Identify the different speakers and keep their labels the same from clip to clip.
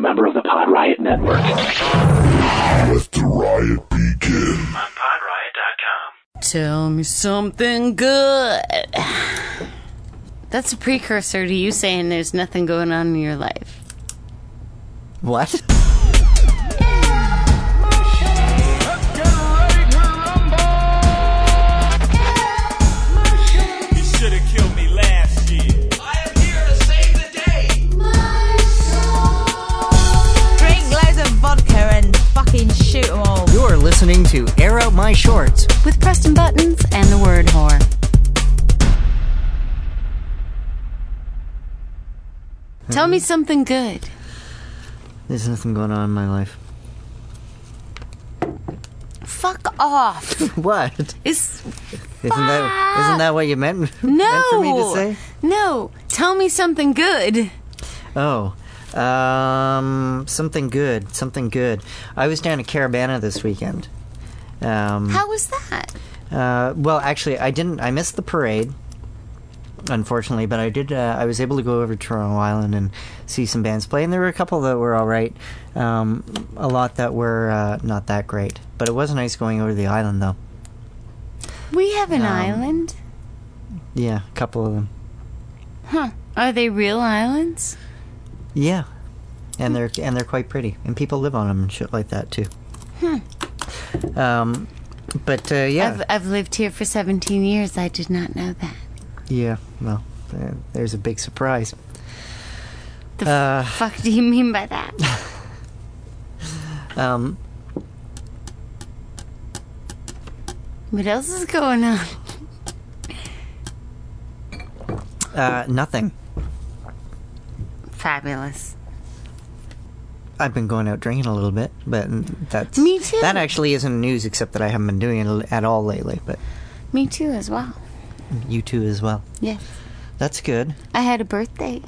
Speaker 1: member of the Pod Riot Network.
Speaker 2: Let the riot begin.
Speaker 3: on podriot.com.
Speaker 4: Tell me something good. That's a precursor to you saying there's nothing going on in your life.
Speaker 5: What?
Speaker 6: He should have killed me last year.
Speaker 7: Drink loads of vodka and fucking shoot them all.
Speaker 5: You're listening to Air Out My Shorts.
Speaker 4: With Preston Buttons and the word whore. Tell me something good.
Speaker 5: There's nothing going on in my life.
Speaker 4: Fuck off.
Speaker 5: What?
Speaker 4: It's
Speaker 5: Isn't that isn't that what you meant, meant for me to
Speaker 4: no.
Speaker 5: say?
Speaker 4: No. Tell me something good.
Speaker 5: Oh. Um something good. Something good. I was down at Caravana this weekend. Um
Speaker 4: How was that?
Speaker 5: Uh, well, actually, I didn't. I missed the parade, unfortunately, but I did. Uh, I was able to go over to Toronto Island and see some bands play, and there were a couple that were all right. Um, a lot that were uh, not that great, but it was nice going over to the island, though.
Speaker 4: We have
Speaker 5: Um,
Speaker 4: an island.
Speaker 5: Yeah, a couple of them.
Speaker 4: Are they real islands?
Speaker 5: Yeah, and they're and they're quite pretty, and people live on them and shit like that too. Um, but uh, yeah,
Speaker 4: I've, I've lived here for 17 years. I did not know that.
Speaker 5: yeah. Well, there- there's a big surprise.
Speaker 4: The
Speaker 5: Uh,
Speaker 4: fuck do you mean by that?
Speaker 5: Um,
Speaker 4: What else is going on?
Speaker 5: uh, nothing.
Speaker 4: Fabulous.
Speaker 5: I've been going out drinking a little bit, but that's
Speaker 4: Me too.
Speaker 5: That actually isn't news, except that I haven't been doing it at all lately. But
Speaker 4: Me too, as well.
Speaker 5: you too as well.
Speaker 4: Yes.
Speaker 5: That's good.
Speaker 4: I had a birthday.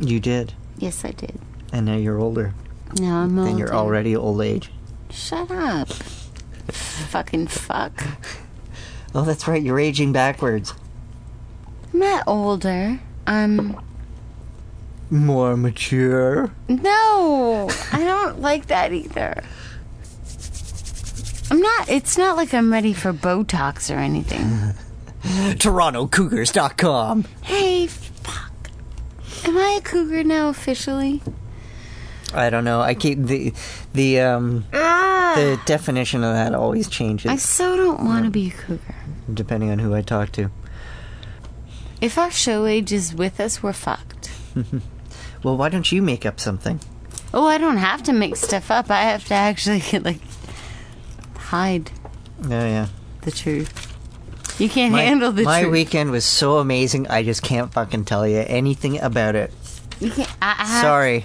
Speaker 5: You did,
Speaker 4: Yes, I did.
Speaker 5: and now you're older,
Speaker 4: Now I'm older.
Speaker 5: and you're already old age.
Speaker 4: Shut up. Fucking fuck.
Speaker 5: Oh, that's right. You're aging backwards.
Speaker 4: I'm not older. Um.
Speaker 5: More mature.
Speaker 4: No! I don't like that either. I'm not. It's not like I'm ready for Botox or
Speaker 5: Mm-hmm.
Speaker 4: anything.
Speaker 5: TorontoCougars.com.
Speaker 4: Hey, fuck. Am I a cougar now officially?
Speaker 5: I don't know. I keep the the um the definition of that always changes
Speaker 4: Ah. I so don't want to be a cougar.
Speaker 5: depending on who I talk to.
Speaker 4: If our show age is with us, we're fucked.
Speaker 5: Well, why don't you make up something?
Speaker 4: Oh, I don't have to make stuff up. I have to actually like hide
Speaker 5: Oh yeah.
Speaker 4: the truth. You can't
Speaker 5: My-
Speaker 4: handle the
Speaker 5: my
Speaker 4: truth.
Speaker 5: weekend was so amazing. I just can't fucking tell you anything about it.
Speaker 4: you can't. I, I have-
Speaker 5: Sorry,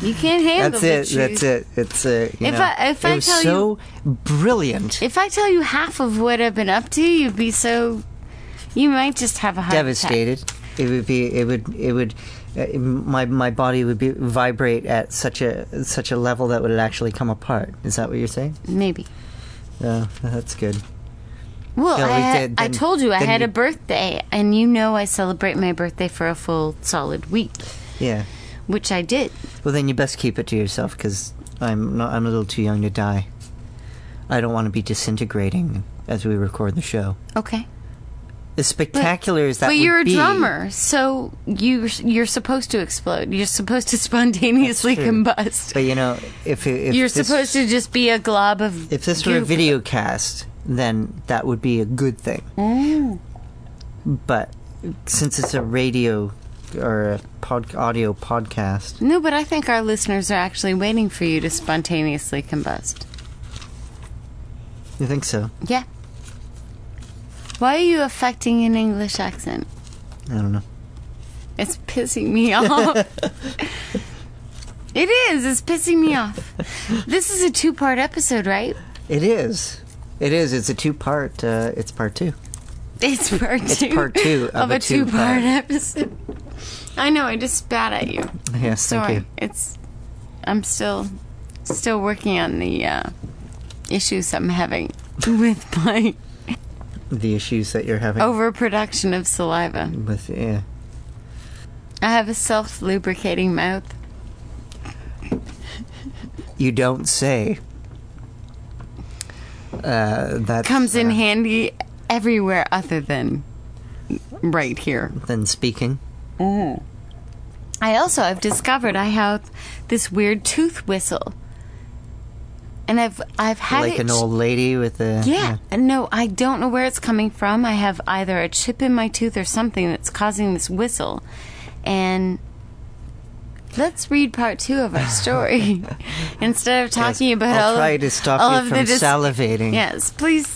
Speaker 4: you can't Ah, handle
Speaker 5: that's it.
Speaker 4: the truth.
Speaker 5: That's it. It's uh, you
Speaker 4: If
Speaker 5: know,
Speaker 4: I- if
Speaker 5: it
Speaker 4: I
Speaker 5: was
Speaker 4: tell
Speaker 5: so brilliant.
Speaker 4: If I tell you half of what I've been up to, you'd be so. You might just have a heart
Speaker 5: devastated. It would be. It would. It would. Uh, my my body would be vibrate at such a such a level that would actually come apart. Is that what you're saying?
Speaker 4: attack. Maybe.
Speaker 5: No, that's good.
Speaker 4: Well,
Speaker 5: No,
Speaker 4: I,
Speaker 5: we
Speaker 4: had-
Speaker 5: did,
Speaker 4: I
Speaker 5: then-
Speaker 4: told you I
Speaker 5: then
Speaker 4: had
Speaker 5: you-
Speaker 4: a birthday, and you know I celebrate my birthday for a full solid week,
Speaker 5: Yeah.
Speaker 4: which I did.
Speaker 5: Well, then you best keep it to yourself because I'm not. I'm a little too young to die. I don't want to be disintegrating as we record the show.
Speaker 4: Okay.
Speaker 5: As spectacular as that
Speaker 4: but
Speaker 5: would
Speaker 4: you're a
Speaker 5: be-
Speaker 4: drummer, so you you're supposed to explode. You're supposed to spontaneously
Speaker 5: That's true.
Speaker 4: combust.
Speaker 5: But you know, if, if
Speaker 4: You're
Speaker 5: this-
Speaker 4: supposed to just be a glob of.
Speaker 5: if this were a
Speaker 4: goop.
Speaker 5: video cast, then that would be a good thing.
Speaker 4: Oh.
Speaker 5: But since it's a radio or a pod, audio podcast,
Speaker 4: No, but I think our listeners are actually waiting for you to spontaneously combust.
Speaker 5: you think so?
Speaker 4: Yeah. Why are you affecting an English accent?
Speaker 5: I don't know.
Speaker 4: It's pissing me off. it is. It's pissing me off. This is a two part episode, right?
Speaker 5: It is. It is. It's a two part. Uh, it's part two.
Speaker 4: It's part two.
Speaker 5: part two of
Speaker 4: of,
Speaker 5: a
Speaker 4: a two part
Speaker 5: two-part.
Speaker 4: episode. I know. I just spat at you.
Speaker 5: Yes,
Speaker 4: Sorry.
Speaker 5: thank you.
Speaker 4: It's. I'm still, still working on the uh, issues I'm having with my
Speaker 5: The issues that you're
Speaker 4: Oh.
Speaker 5: having
Speaker 4: overproduction of saliva.
Speaker 5: with yeah.
Speaker 4: I have a self lubricating mouth.
Speaker 5: you don't say. Uh, that
Speaker 4: Comes in handy everywhere other than right here.
Speaker 5: than speaking.
Speaker 4: I also have discovered I have this weird tooth whistle. And I've I've had
Speaker 5: like
Speaker 4: it
Speaker 5: an old lady with a
Speaker 4: Yeah. No, I don't know where it's coming from. I have either a chip in my tooth or something that's causing this whistle. And let's read part two of our story instead of talking about
Speaker 5: I'll
Speaker 4: all
Speaker 5: try
Speaker 4: of,
Speaker 5: to stop
Speaker 4: all
Speaker 5: you
Speaker 4: of
Speaker 5: from
Speaker 4: the dis-
Speaker 5: salivating.
Speaker 4: Yes, please.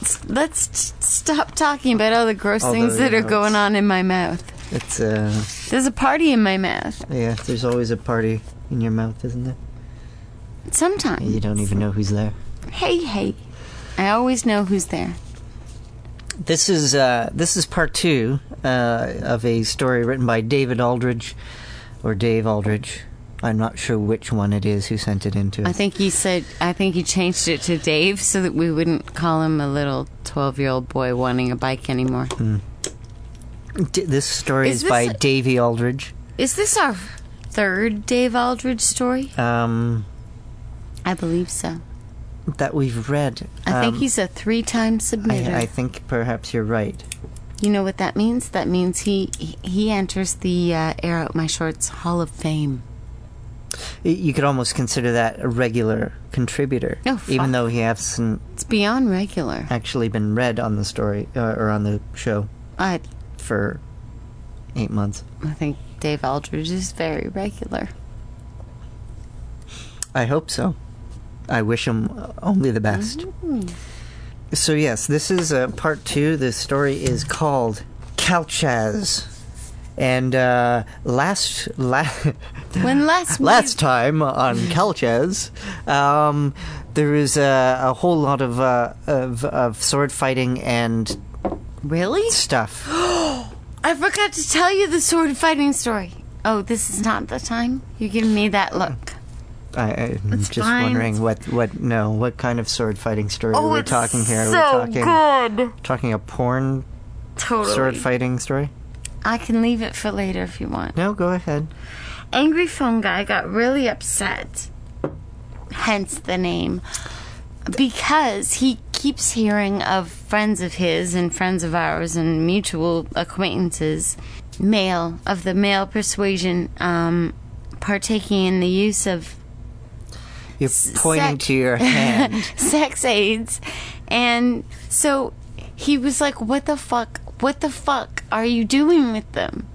Speaker 4: s- Let's s- stop talking about all the gross
Speaker 5: All
Speaker 4: things
Speaker 5: the-
Speaker 4: that are going on in my mouth.
Speaker 5: It's uh
Speaker 4: There's a party in my mouth
Speaker 5: yeah, there's always a party in your mouth, isn't there?
Speaker 4: sometimes.
Speaker 5: You don't even know who's there.
Speaker 4: Hey, hey. I always know who's there.
Speaker 5: This is uh this is part 2 uh of a story written by David Aldridge or Dave Aldridge. I'm not sure which one it is who sent it in to
Speaker 4: I
Speaker 5: us.
Speaker 4: think he said, I think he changed it to Dave so that we wouldn't call him a little 12 year old boy wanting a bike anymore.
Speaker 5: D- this story
Speaker 4: Is
Speaker 5: is, by
Speaker 4: this-
Speaker 5: Davy Aldridge.
Speaker 4: Is this our third Dave Aldridge story?
Speaker 5: Um
Speaker 4: I believe so.
Speaker 5: that we've read.
Speaker 4: I think
Speaker 5: Um,
Speaker 4: he's a three time submitter.
Speaker 5: I, I think perhaps you're right.
Speaker 4: you know what that means? That means he he- he enters the uh, Air Out My Shorts Hall of Fame.
Speaker 5: Y- You could almost consider that a regular contributor,
Speaker 4: Oh, fuck.
Speaker 5: even though he hasn't
Speaker 4: It's beyond regular.
Speaker 5: actually been read on the story uh, or on the show
Speaker 4: I,
Speaker 5: for eight months.
Speaker 4: I think Dave Aldridge is very regular.
Speaker 5: I hope so. I wish him uh, only the best.
Speaker 4: Mm-hmm.
Speaker 5: So yes, this is uh, part two. The story is called Calchas, and uh, last last.
Speaker 4: When last we-
Speaker 5: Last time on Calchas, um, there is a, a whole lot of, uh, of of sword fighting and
Speaker 4: really?
Speaker 5: stuff.
Speaker 4: I forgot to tell you the sword fighting story. Oh, this is not the time? You're giving me that look.
Speaker 5: I, I'm
Speaker 4: It's
Speaker 5: just
Speaker 4: fine. Oh,
Speaker 5: wondering what, what no what kind of sword fighting story are we talking here?
Speaker 4: so
Speaker 5: are we talking
Speaker 4: good.
Speaker 5: talking a porn
Speaker 4: Totally.
Speaker 5: sword fighting story?
Speaker 4: I can leave it for later if you want.
Speaker 5: No, go ahead.
Speaker 4: Angry phone guy got really upset. Hence the name. Because he keeps hearing of friends of his and friends of ours and mutual acquaintances, male of the male persuasion, um, partaking in the use of
Speaker 5: You're pointing to your hand.
Speaker 4: sex aids. And so he was like, What the fuck? What the fuck are you doing with them?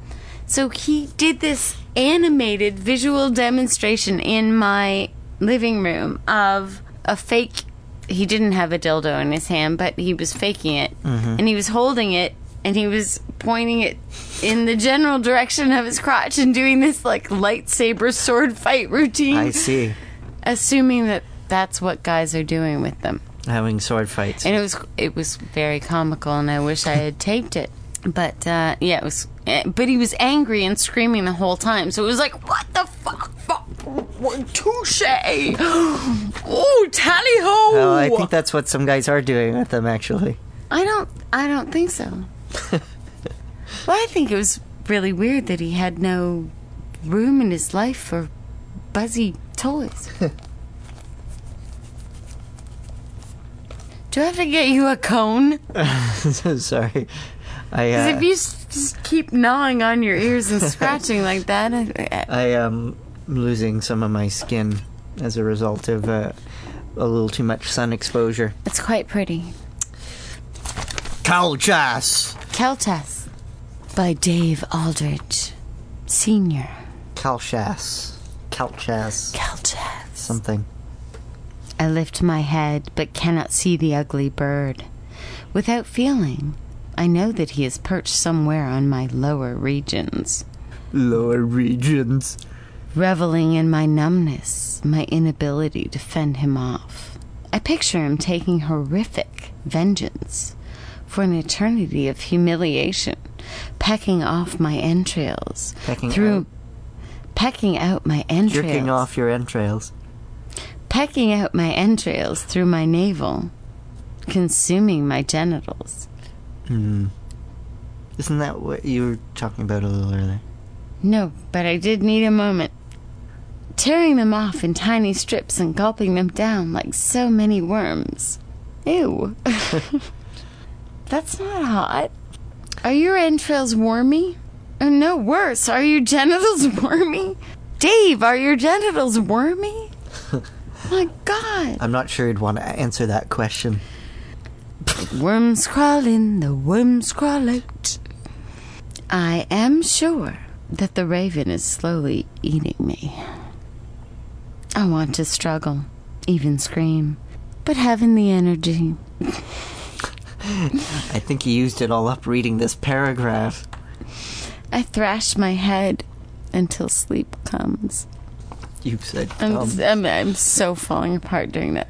Speaker 4: So he did this animated visual demonstration in my living room of a fake. He didn't have a dildo in his hand, but he was faking it.
Speaker 5: Mm-hmm.
Speaker 4: And he was holding it and he was pointing it in the general direction of his crotch and doing this like lightsaber sword fight routine
Speaker 5: I see.
Speaker 4: assuming that that's what guys are doing with them.
Speaker 5: Having sword fights.
Speaker 4: And it was it was very comical, and I wish I had taped it. But uh, yeah, it was. eh, But he was angry and screaming the whole time. So it was like, what the fuck? fuck what, touche! oh, tally ho!
Speaker 5: Well, Uh, I think that's what some guys are doing with them actually.
Speaker 4: I don't. I don't think so. well, I think it was really weird that he had no room in his life for buzzy toys. Do I have to get you a cone?
Speaker 5: so sorry. I uh,
Speaker 4: 'Cause if you s- just keep gnawing on your ears and scratching like that, I, I,
Speaker 5: I am losing some of my skin as a result of uh, a little too much sun exposure.
Speaker 4: it's quite pretty.
Speaker 5: Calchas.
Speaker 4: Keltas by Dave Aldridge, Senior.
Speaker 5: Calchas. Calchas.
Speaker 4: Keltas.
Speaker 5: Something.
Speaker 4: I lift my head, but cannot see the ugly bird. Without feeling, I know that he is perched somewhere on my lower regions,
Speaker 5: Lower regions.
Speaker 4: reveling in my numbness, my inability to fend him off. I picture him taking horrific vengeance for an eternity of humiliation, pecking off my entrails
Speaker 5: Pecking
Speaker 4: through.
Speaker 5: out.
Speaker 4: Pecking out my entrails.
Speaker 5: Jerking off your entrails.
Speaker 4: pecking out my entrails through my navel, consuming my genitals.
Speaker 5: Isn't that what you were talking about a little earlier?
Speaker 4: No, but I did need a moment. tearing them off in tiny strips and gulping them down like so many worms. Ew. That's not hot. Are your entrails wormy? Or no, worse, are your genitals wormy? Dave, are your genitals wormy? My God.
Speaker 5: I'm not sure you'd want to answer that question.
Speaker 4: Worms crawl in, the worms crawl out. I am sure that the raven is slowly eating me. I want to struggle, even scream, but having the energy.
Speaker 5: I think you used it all up reading this paragraph.
Speaker 4: I thrash my head until sleep comes.
Speaker 5: You've said
Speaker 4: I'm,
Speaker 5: um,
Speaker 4: I'm, I'm so falling apart doing that.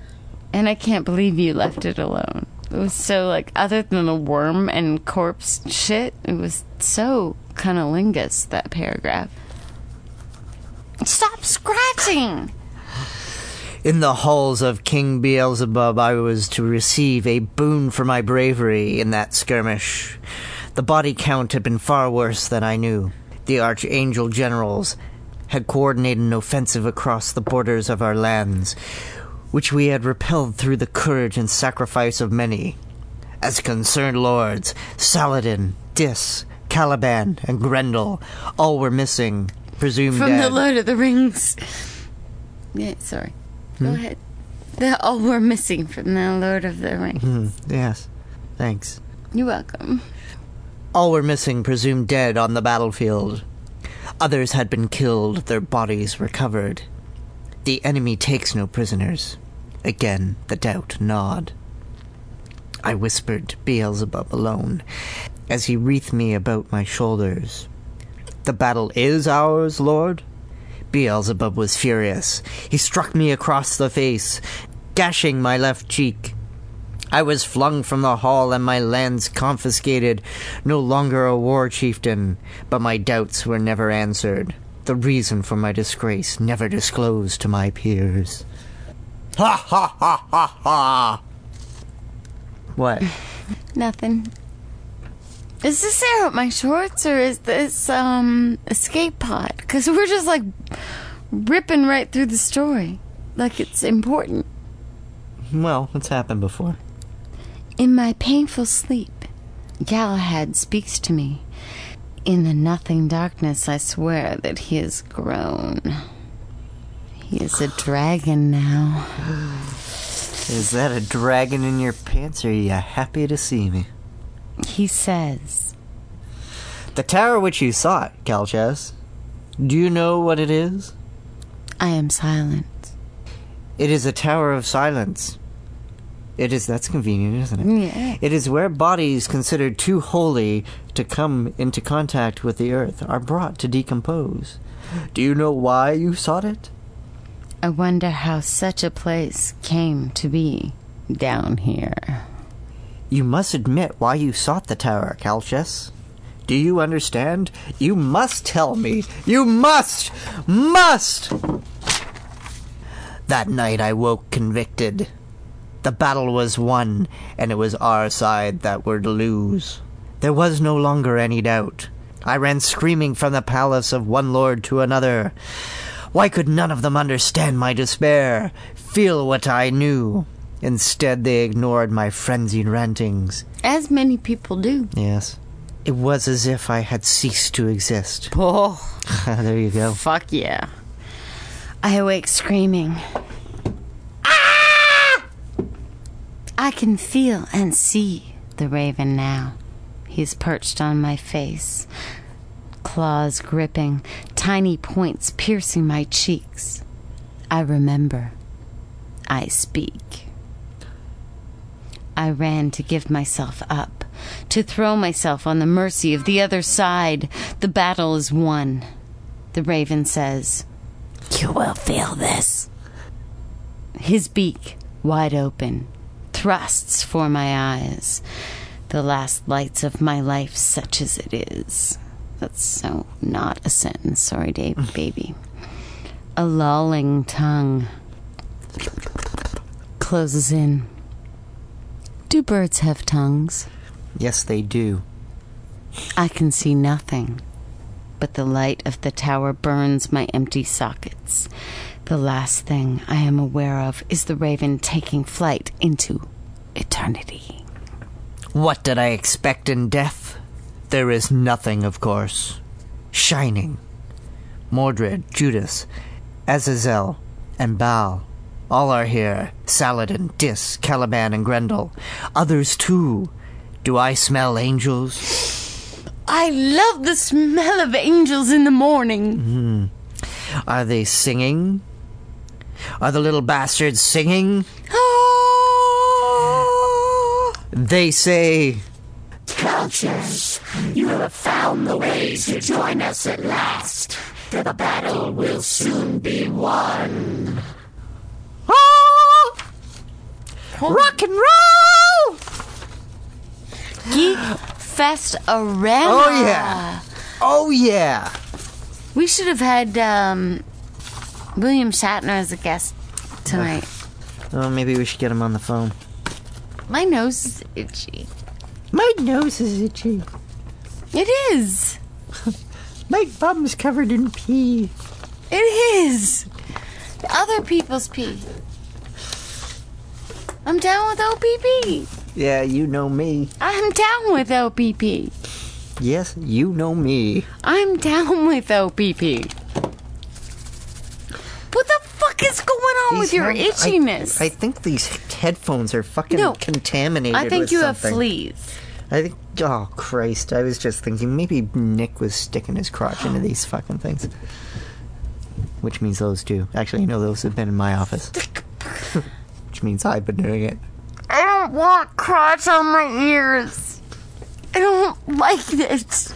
Speaker 4: And I can't believe you left it alone. It was so, like, other than the worm and corpse shit, it was so cunnilingus, that paragraph. Stop scratching!
Speaker 5: In the halls of King Beelzebub, I was to receive a boon for my bravery in that skirmish. The body count had been far worse than I knew. The Archangel Generals had coordinated an offensive across the borders of our lands, which we had repelled through the courage and sacrifice of many. As concerned lords, Saladin, Dis, Caliban, and Grendel, all were missing, presumed
Speaker 4: From
Speaker 5: dead.
Speaker 4: the Lord of the Rings. Yeah, sorry.
Speaker 5: Hmm?
Speaker 4: Go ahead. They're all we're missing from the Lord of the Rings.
Speaker 5: Hmm, yes, thanks.
Speaker 4: You're welcome.
Speaker 5: All were missing, presumed dead on the battlefield. Others had been killed, their bodies recovered. The enemy takes no prisoners. Again, the doubt gnawed. I whispered to Beelzebub alone as he wreathed me about my shoulders. The battle is ours, Lord? Beelzebub was furious. He struck me across the face, gashing my left cheek. I was flung from the hall and my lands confiscated, no longer a war chieftain, but my doubts were never answered. The reason for my disgrace never disclosed to my peers. Ha ha ha ha ha! What?
Speaker 4: Nothing. Is this air up my shorts or is this um escape pod? Because we're just like ripping right through the story, like it's important.
Speaker 5: Well, it's happened before.
Speaker 4: In my painful sleep, Galahad speaks to me. In the nothing darkness, I swear that he has grown. He is a dragon now.
Speaker 5: Is that a dragon in your pants, or are you happy to see me?
Speaker 4: He says,
Speaker 5: The tower which you sought, Calchas. Do you know what it is?
Speaker 4: I am silent.
Speaker 5: It is a tower of silence. It is. That's convenient, isn't it?
Speaker 4: Yeah.
Speaker 5: It is where bodies considered too holy to come into contact with the earth are brought to decompose. Do you know why you sought it?
Speaker 4: I wonder how such a place came to be down here.
Speaker 5: You must admit why you sought the tower, Calchas. Do you understand? You must tell me. You must! Must! That night I woke convicted. The battle was won, and it was our side that were to lose. There was no longer any doubt. I ran screaming from the palace of one lord to another. Why could none of them understand my despair, feel what I knew? Instead, they ignored my frenzied rantings.
Speaker 4: As many people do.
Speaker 5: Yes. It was as if I had ceased to exist.
Speaker 4: Oh,
Speaker 5: there you go.
Speaker 4: fuck yeah. I awake screaming. Ah! I can feel and see the raven now. He's perched on my face, claws gripping, tiny points piercing my cheeks. I remember. I speak. I ran to give myself up, to throw myself on the mercy of the other side. The battle is won. The raven says, You will feel this. His beak, wide open, thrusts for my eyes. The last lights of my life, such as it is. That's so not a sentence. Sorry, Dave, baby. A lolling tongue closes in. Do birds have tongues?
Speaker 5: Yes, they do.
Speaker 4: I can see nothing. but the light of the tower burns my empty sockets. The last thing I am aware of is the raven taking flight into eternity.
Speaker 5: What did I expect in death? There is nothing, of course. Shining. Mordred, Judas, Azazel, and Baal. All are here. Saladin, Dis, Caliban, and Grendel. Others too. Do I smell angels?
Speaker 4: I love the smell of angels in the morning.
Speaker 5: Are they singing? Are the little bastards singing? Mm-hmm.
Speaker 4: Ah!
Speaker 5: They say, Ah! Rock and roll!
Speaker 4: Geek Fest Arena.
Speaker 5: Oh, yeah. Oh, yeah.
Speaker 4: We should have had um, William Shatner as a guest tonight.
Speaker 5: Oh, maybe we should get him on the phone.
Speaker 4: My nose is itchy.
Speaker 5: My nose is itchy.
Speaker 4: It is.
Speaker 5: My bum's covered in pee.
Speaker 4: It is. Other people's pee. I'm down with OPP.
Speaker 5: Yeah, you know me.
Speaker 4: I'm down with OPP.
Speaker 5: Yes, you know me.
Speaker 4: I'm down with OPP. What the fuck is going on with
Speaker 5: These
Speaker 4: your
Speaker 5: head- I-
Speaker 4: itchiness?
Speaker 5: I, think these headphones are fucking
Speaker 4: No,
Speaker 5: contaminated.
Speaker 4: I think
Speaker 5: with
Speaker 4: you have
Speaker 5: something.
Speaker 4: fleas.
Speaker 5: I think. Oh Christ! I was just thinking maybe Nick was sticking his crotch into these fucking things, which means those two. Actually, no, those have been in my office, which means I've been doing it.
Speaker 4: I don't want crotch on my ears. I don't like this.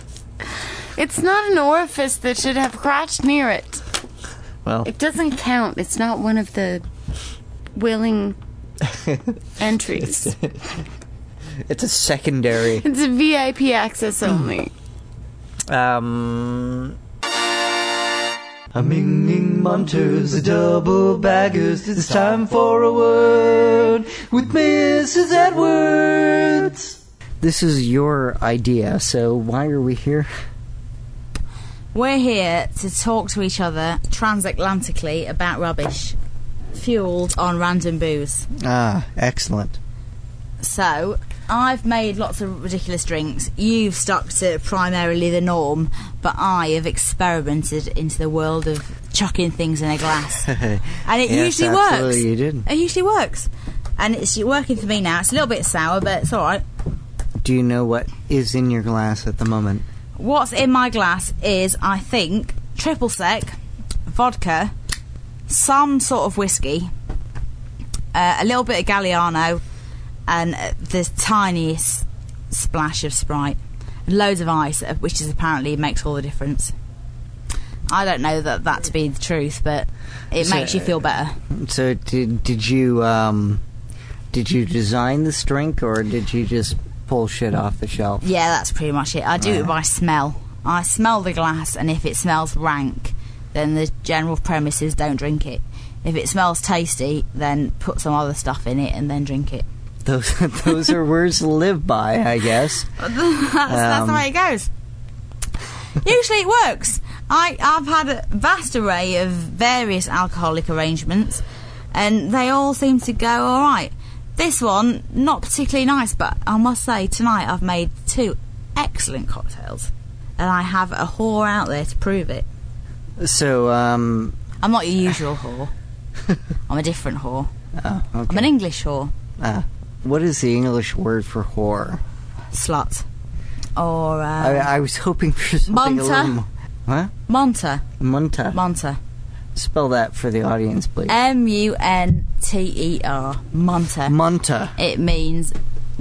Speaker 4: It's not an orifice that should have crotch near it.
Speaker 5: Well,
Speaker 4: It doesn't count. It's not one of the willing entries.
Speaker 5: it's a secondary.
Speaker 4: It's a VIP access only.
Speaker 5: Um. A minging munters, a double baggers. It's time for a word with Mrs. Edwards. This is your idea, so why are we here?
Speaker 7: We're here to talk to each other transatlantically about rubbish, fueled on random booze.
Speaker 5: Ah, excellent.
Speaker 7: So, I've made lots of ridiculous drinks. You've stuck to primarily the norm, but I have experimented into the world of chucking things in a glass. and it
Speaker 5: Yes,
Speaker 7: usually works.
Speaker 5: absolutely, you did.
Speaker 7: It usually works. And it's working for me now. It's a little bit sour, but it's alright.
Speaker 5: Do you know what is in your glass at the moment?
Speaker 7: What's in my glass is, I think, triple sec, vodka, some sort of whiskey, uh, a little bit of Galliano, and uh, the tiniest splash of Sprite. Loads of ice, uh, which is apparently makes all the difference. I don't know that that to be the truth, but it
Speaker 5: So-
Speaker 7: makes you feel better.
Speaker 5: So did did you um did you design this drink or did you just pull shit off the shelf?
Speaker 7: Yeah, that's pretty much it. I do it by smell. I smell the glass, and if it smells rank, then the general premise is don't drink it. If it smells tasty, then put some other stuff in it and then drink it.
Speaker 5: Those those are words to live by, I guess.
Speaker 7: That's, that's the way it goes. Usually it works. I, I've had a vast array of various alcoholic arrangements, and they all seem to go all right. This one, not particularly nice, but I must say, tonight I've made two excellent cocktails, and I have a whore out there to prove it.
Speaker 5: So um
Speaker 7: I'm not your usual whore. I'm a different whore.
Speaker 5: oh,
Speaker 7: I'm an
Speaker 5: okay.
Speaker 7: English whore.
Speaker 5: Ah, what is the English word for whore?
Speaker 7: Slut. Or, uh,
Speaker 5: I, I was hoping for something a
Speaker 7: Munter.
Speaker 5: little more. Huh?
Speaker 7: Monta.
Speaker 5: Munter.
Speaker 7: Monta.
Speaker 5: Spell that for the audience, please.
Speaker 7: M U N T E R. Monta.
Speaker 5: Munter.
Speaker 7: It means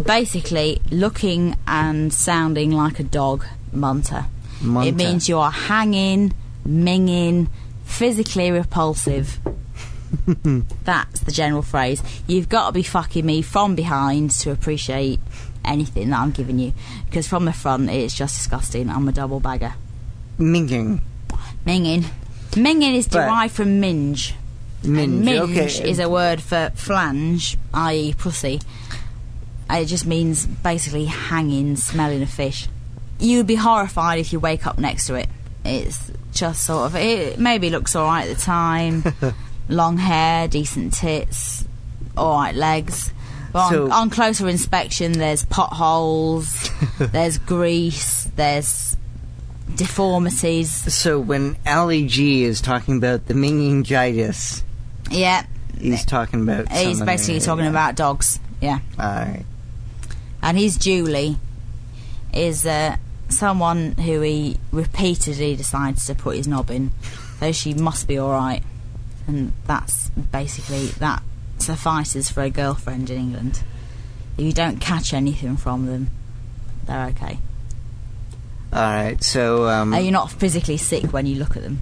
Speaker 7: basically looking and sounding like a dog, munter.
Speaker 5: Munter.
Speaker 7: It means you are hanging, minging, physically repulsive. That's the general phrase. You've got to be fucking me from behind to appreciate anything that I'm giving you. Because from the front, it's just disgusting. I'm a double bagger.
Speaker 5: minging.
Speaker 7: Minging. Minging is
Speaker 5: But-
Speaker 7: derived from minge.
Speaker 5: Minge.
Speaker 7: Minge
Speaker 5: okay.
Speaker 7: is a word for flange, i.e., pussy. And It just means basically hanging, smelling a fish. You'd be horrified if you wake up next to it. It's just sort of it. Maybe looks all right at the time. Long hair, decent tits, all right legs. But
Speaker 5: So-
Speaker 7: on, on closer inspection, there's potholes, there's grease, there's deformities.
Speaker 5: So when Ali G is talking about the meningitis,
Speaker 7: Yeah,
Speaker 5: he's talking about.
Speaker 7: he's
Speaker 5: somebody-
Speaker 7: basically talking about dogs. Yeah.
Speaker 5: Alright.
Speaker 7: and his Julie is uh, someone who he repeatedly decides to put his knob in, so she must be all right, and that's basically that suffices for a girlfriend in England. If you don't catch anything from them, they're okay.
Speaker 5: Alright, so. Um,
Speaker 7: And you're not physically sick when you look at them.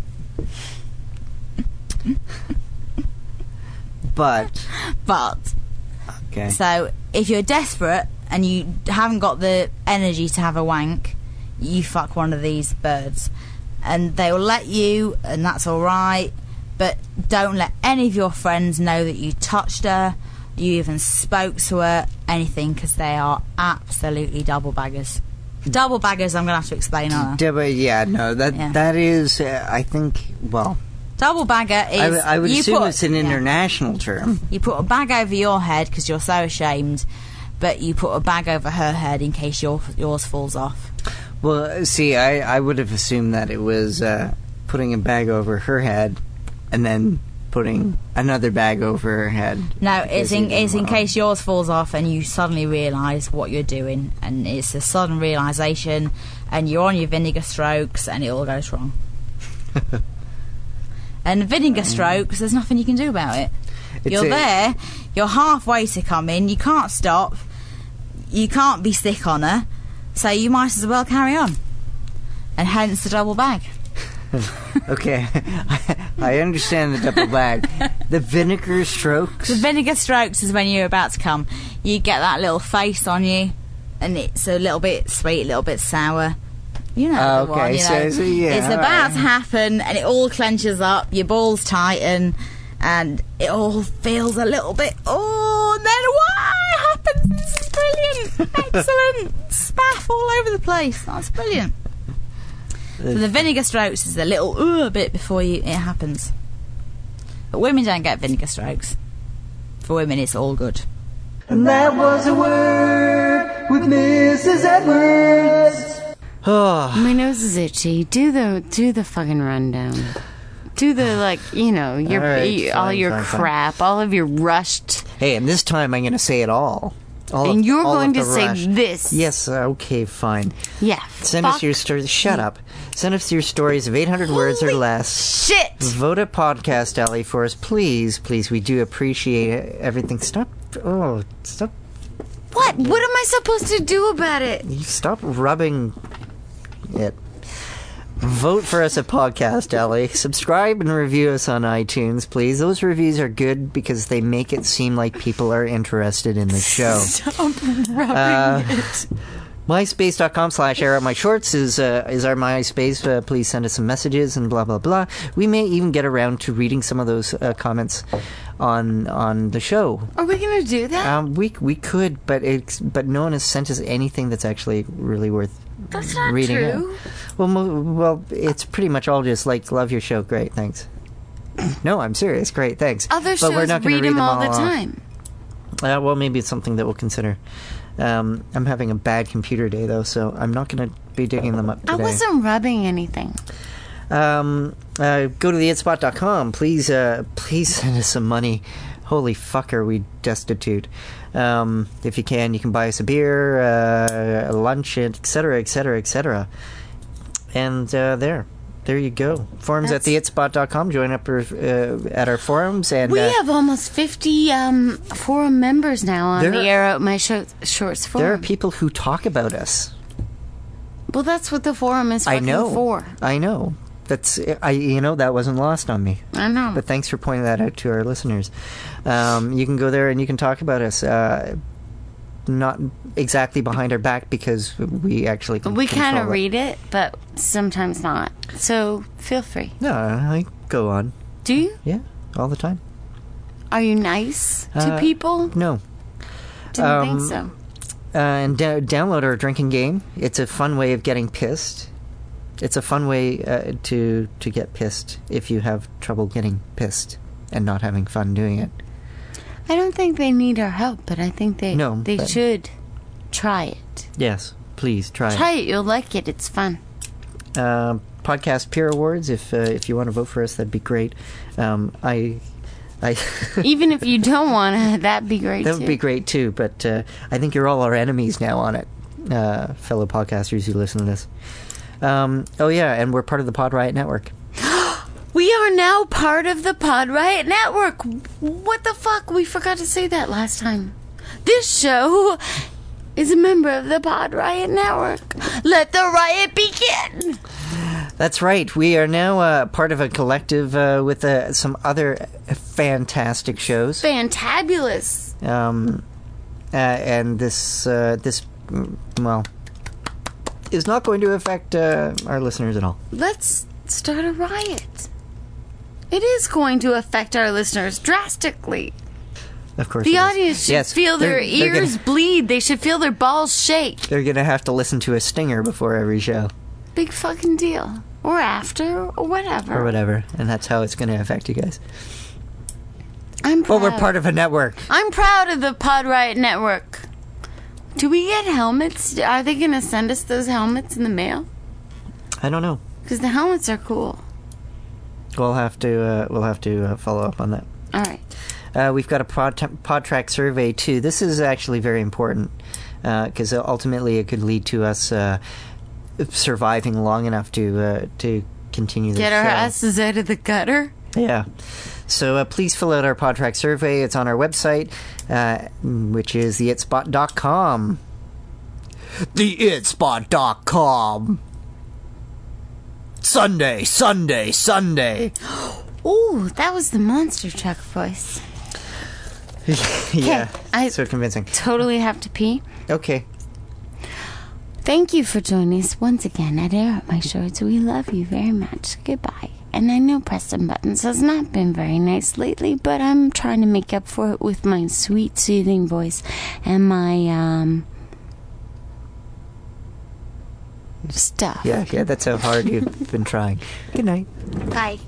Speaker 5: But.
Speaker 7: But
Speaker 5: Okay.
Speaker 7: so if you're desperate and you haven't got the energy to have a wank, you fuck one of these birds, and they'll let you, and that's all right. But don't let any of your friends know that you touched her, you even spoke to her, anything, because they are absolutely double baggers. Double baggers. I'm gonna have to explain on.
Speaker 5: Yeah, but yeah, no, that
Speaker 7: Yeah.
Speaker 5: that is, uh, I think, well,
Speaker 7: Double bagger is.
Speaker 5: I, w- I would
Speaker 7: you
Speaker 5: assume
Speaker 7: put-
Speaker 5: it's an
Speaker 7: yeah.
Speaker 5: international term.
Speaker 7: You put a bag over your head because you're so ashamed, but you put a bag over her head in case your, yours falls off.
Speaker 5: Well, see, I, I would have assumed that it was uh, putting a bag over her head and then putting another bag over her head.
Speaker 7: No, it's in,
Speaker 5: Because
Speaker 7: it's in
Speaker 5: you-
Speaker 7: case yours falls off and you suddenly realise what you're doing, and it's a sudden realisation, and you're on your vinegar strokes, and it all goes wrong. and vinegar strokes, there's nothing you can do about it.
Speaker 5: Mm. It's
Speaker 7: you're
Speaker 5: a-
Speaker 7: there, you're halfway to come in, you can't stop, you can't be sick on her, so you might as well carry on. And hence the double bag.
Speaker 5: Okay, I understand the double bag. The vinegar strokes.
Speaker 7: The vinegar strokes is when you're about to come. You get that little face on you, and it's a little bit sweet, a little bit sour. You know,
Speaker 5: Oh,
Speaker 7: the
Speaker 5: okay,
Speaker 7: one, you
Speaker 5: so-
Speaker 7: know.
Speaker 5: so, yeah,
Speaker 7: it's
Speaker 5: all
Speaker 7: about
Speaker 5: right.
Speaker 7: to happen, and it all clenches up. Your balls tighten, and it all feels a little bit. Oh, and then what happens? This is brilliant, excellent, spaff all over the place. That's brilliant. So the vinegar strokes is a little ooh bit before you, it happens. But women don't get vinegar strokes. For women, it's all good.
Speaker 5: And that was a word with Mrs. Edwards. Oh,
Speaker 4: My nose is itchy. Do the do the fucking rundown. Do the like you know your
Speaker 5: All
Speaker 4: all,
Speaker 5: right, fine,
Speaker 4: your
Speaker 5: fine, fine.
Speaker 4: crap, all of your rushed,
Speaker 5: hey, and this time I'm going to say it all. all
Speaker 4: and
Speaker 5: of-
Speaker 4: you're
Speaker 5: all of
Speaker 4: going
Speaker 5: the
Speaker 4: to say
Speaker 5: rush.
Speaker 4: this.
Speaker 5: Yes, uh, okay, fine.
Speaker 4: Yeah.
Speaker 5: Send us
Speaker 4: fuck
Speaker 5: your stories. Shut up. Send us your stories of 800 words or
Speaker 4: Holy
Speaker 5: less.
Speaker 4: Shit.
Speaker 5: Vote at Podcast Alley for us, please, please. We do appreciate it- everything. Stop. Oh, stop.
Speaker 4: What? What am I supposed to do about it?
Speaker 5: You stop rubbing it. Vote for us at Podcast Alley. Subscribe and review us on iTunes, please. Those reviews are good because they make it seem like people are interested in the show. Stop rubbing it. MySpace.com slash air out my shorts is, uh, is our MySpace. Uh, please send us some messages and blah, blah, blah. We may even get around to reading some of those uh, comments on on the show.
Speaker 4: Are we gonna do that?
Speaker 5: Um, we we could, but it's but no one has sent us anything that's actually really worth
Speaker 4: That's not
Speaker 5: reading. out.
Speaker 4: true.
Speaker 5: Well, mo- well, it's pretty much all just like love your show, great, thanks. No, I'm serious. Great, thanks.
Speaker 4: Other
Speaker 5: but we're
Speaker 4: shows
Speaker 5: not
Speaker 4: read,
Speaker 5: gonna read
Speaker 4: them all the
Speaker 5: off.
Speaker 4: time.
Speaker 5: Uh, well, maybe it's something that we'll consider. Um, I'm having a bad computer day though, so I'm not going to be digging them up today.
Speaker 4: I wasn't rubbing anything.
Speaker 5: Um, uh, go to theitspot.com. Please, uh, please send us some money. Holy fuck, are we destitute? Um, if you can, you can buy us a beer, uh, a lunch, etc., etc., etc. And uh, there, there you go. Forums at
Speaker 4: That's-
Speaker 5: theitspot.com. Join up our, uh, at our forums, and
Speaker 4: We
Speaker 5: uh,
Speaker 4: have almost 50 um, forum members now on
Speaker 5: There
Speaker 4: the
Speaker 5: are-
Speaker 4: Air Out My Sho- Shorts forum.
Speaker 5: there are people who talk about us.
Speaker 4: well, that's what the forum is
Speaker 5: I
Speaker 4: fucking
Speaker 5: know.
Speaker 4: for.
Speaker 5: I know. That's I. You know that wasn't lost on me.
Speaker 4: I know.
Speaker 5: But thanks for pointing that out to our listeners. Um, you can go there and you can talk about us. Uh, not exactly behind our back because we actually can
Speaker 4: we
Speaker 5: control
Speaker 4: kind of
Speaker 5: it.
Speaker 4: read it, but sometimes not. So feel free.
Speaker 5: No, I go on.
Speaker 4: Do you?
Speaker 5: Yeah, all the time.
Speaker 4: Are you nice to
Speaker 5: Uh,
Speaker 4: people?
Speaker 5: No,
Speaker 4: Didn't
Speaker 5: um,
Speaker 4: think so.
Speaker 5: uh, and d- download our drinking game. It's a fun way of getting pissed. it's a fun way uh, to to get pissed if you have trouble getting pissed and not having fun doing it.
Speaker 4: I don't think they need our help, but I think they
Speaker 5: No,
Speaker 4: they
Speaker 5: but-
Speaker 4: should try it.
Speaker 5: Yes, please try. it.
Speaker 4: Try it, you'll like it. It's fun.
Speaker 5: uh, podcast peer awards. If uh, if you want to vote for us, that'd be great. Um, I I.
Speaker 4: Even if you don't want to, that'd be great.
Speaker 5: That would
Speaker 4: too.
Speaker 5: be great too, but uh, I think you're all our enemies now on it, uh, fellow podcasters who listen to this. Um, oh yeah, and we're part of the Pod Riot Network.
Speaker 4: We are now part of the Pod Riot Network. What the fuck? We forgot to say that last time. This show is a member of the Pod Riot Network. Let the riot begin.
Speaker 5: That's right. We are now uh, part of a collective uh, with uh, some other fantastic shows,
Speaker 4: Fantabulous.
Speaker 5: um, uh, and this uh, this mm, well is not going to affect uh, our listeners at all.
Speaker 4: Let's start a riot. It is going to affect our listeners drastically.
Speaker 5: Of course, it
Speaker 4: The
Speaker 5: is.
Speaker 4: audience should
Speaker 5: Yes,
Speaker 4: feel their
Speaker 5: they're- they're gonna-
Speaker 4: ears bleed. They should feel their balls shake.
Speaker 5: They're gonna have to listen to a stinger before every show.
Speaker 4: Big fucking deal. Or after, or whatever.
Speaker 5: or whatever, and that's how it's going to affect you guys.
Speaker 4: I'm
Speaker 5: Well,
Speaker 4: proud.
Speaker 5: we're part of a network.
Speaker 4: I'm proud of the Pod Riot Network. Do we get helmets? Are they going to send us those helmets in the mail?
Speaker 5: I don't know.
Speaker 4: Because the helmets are cool.
Speaker 5: We'll have to uh, we'll have to uh, follow up on that.
Speaker 4: All right.
Speaker 5: Uh, we've got a pod, pod track survey too. This is actually very important because ultimately it could lead to us uh, surviving long enough to uh, to continue.
Speaker 4: Get
Speaker 5: the
Speaker 4: our
Speaker 5: show.
Speaker 4: asses out of the gutter.
Speaker 5: Yeah. So uh, please fill out our PodTrack survey. It's on our website, uh, which is theitspot.com. Theitspot.com. Sunday, Sunday, Sunday.
Speaker 4: Ooh, that was the monster truck voice.
Speaker 5: yeah.
Speaker 4: I-
Speaker 5: so convincing.
Speaker 4: Totally have to pee.
Speaker 5: Okay.
Speaker 4: Thank you for joining us once again at Air Up My Shorts. We love you very much. Goodbye. And I know Preston Buttons has not been very nice lately, but I'm trying to make up for it with my sweet, soothing voice and my, um, stuff.
Speaker 5: Yeah, yeah, that's how hard you've been trying. Good night.
Speaker 4: Bye.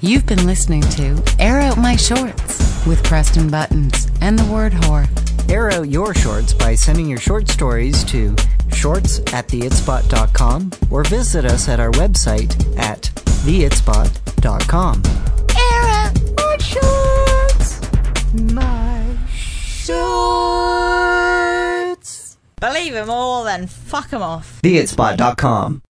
Speaker 4: You've been listening to Air Out My Shorts with Preston Buttons and the word whore.
Speaker 5: Air out your shorts by sending your short stories to shorts at theitspot.com or visit us at our website at theitspot.com.
Speaker 4: Air Out My Shorts!
Speaker 7: Believe 'em all, then fuck 'em off.
Speaker 5: theitspot.com.